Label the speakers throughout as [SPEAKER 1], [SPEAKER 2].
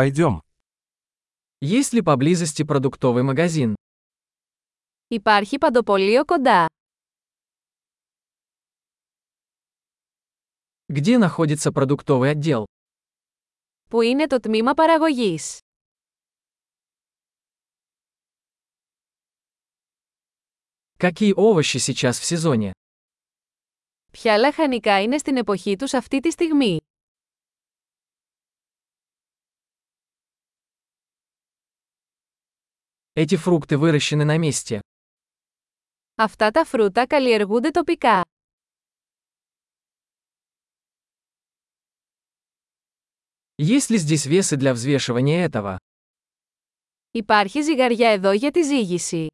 [SPEAKER 1] Пойдем.
[SPEAKER 2] Есть ли поблизости продуктовый магазин?
[SPEAKER 3] Υπάρχει παντοπολείο κοντά.
[SPEAKER 2] Где находится продуктовый отдел?
[SPEAKER 3] Πού είναι το τμήμα παραγωγής.
[SPEAKER 2] Какие овощи сейчас в сезоне?
[SPEAKER 3] Ποια λαχανικά είναι στην εποχή τους αυτή τη στιγμή.
[SPEAKER 2] Эти фрукты выращены на месте.
[SPEAKER 3] Αυτά τα φρούτα καλλιεργούνται τοπικά.
[SPEAKER 2] Есть ли здесь весы для взвешивания этого?
[SPEAKER 3] Υπάρχει ζυγαριά εδώ για τη ζύγηση.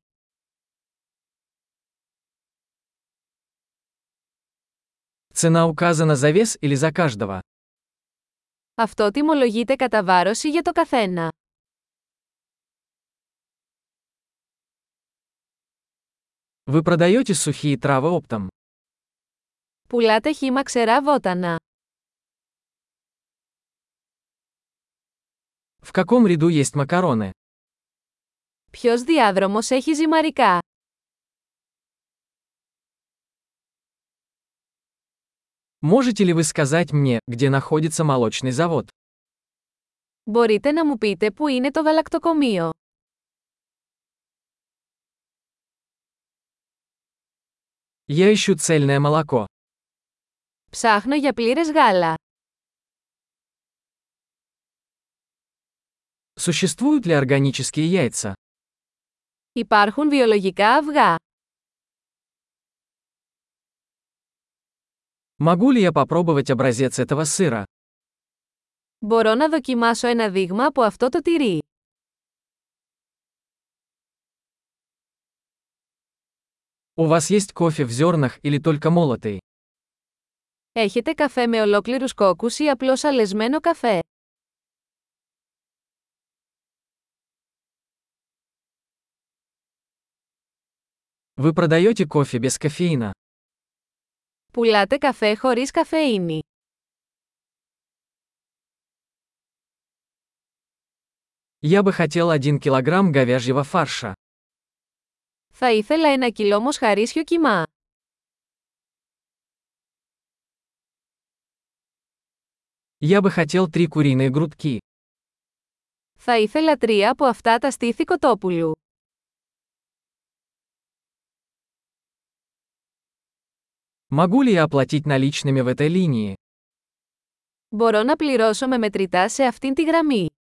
[SPEAKER 2] Цена указана за вес или за каждого?
[SPEAKER 3] Αυτό τιμολογείται κατά βάρος ή για το καθένα.
[SPEAKER 2] Вы продаете сухие травы оптом?
[SPEAKER 3] Πουλάτε χύμα ξερά βότανα.
[SPEAKER 2] В каком ряду есть макароны?
[SPEAKER 3] Ποιος διάδρομος έχει ζυμαρικά.
[SPEAKER 2] Можете ли вы сказать мне, где находится молочный завод?
[SPEAKER 3] Μπορείτε να μου πείτε πού είναι το γαλακτοκομείο.
[SPEAKER 2] Я ищу цельное молоко.
[SPEAKER 3] Ψάχνω για πλήρες γάλα.
[SPEAKER 2] Существуют ли органические яйца?
[SPEAKER 3] Υπάρχουν βιολογικά αυγά.
[SPEAKER 2] Могу ли я попробовать образец этого сыра?
[SPEAKER 3] Μπορώ να δοκιμάσω ένα δείγμα από αυτό το τυρί.
[SPEAKER 2] У вас есть кофе в зернах или только молотый?
[SPEAKER 3] Έχετε καφέ με ολόκληρους κόκκους ή απλώς αλεσμένο καφέ.
[SPEAKER 2] Вы продаете кофе без кофеина?
[SPEAKER 3] Πουλάτε καφέ χωρίς καφεΐνη.
[SPEAKER 2] Я бы хотел 1 килограмм говяжьего фарша.
[SPEAKER 3] Θα ήθελα ένα κιλό μοσχαρίσιο κιμά.
[SPEAKER 2] Я бы хотел 3 куриные грудки.
[SPEAKER 3] Θα ήθελα τρία από αυτά τα στήθη κοτόπουλου.
[SPEAKER 2] Могу ли я оплатить наличными в этой линии?
[SPEAKER 3] Μπορώ να πληρώσω με μετρητά σε αυτήν τη γραμμή.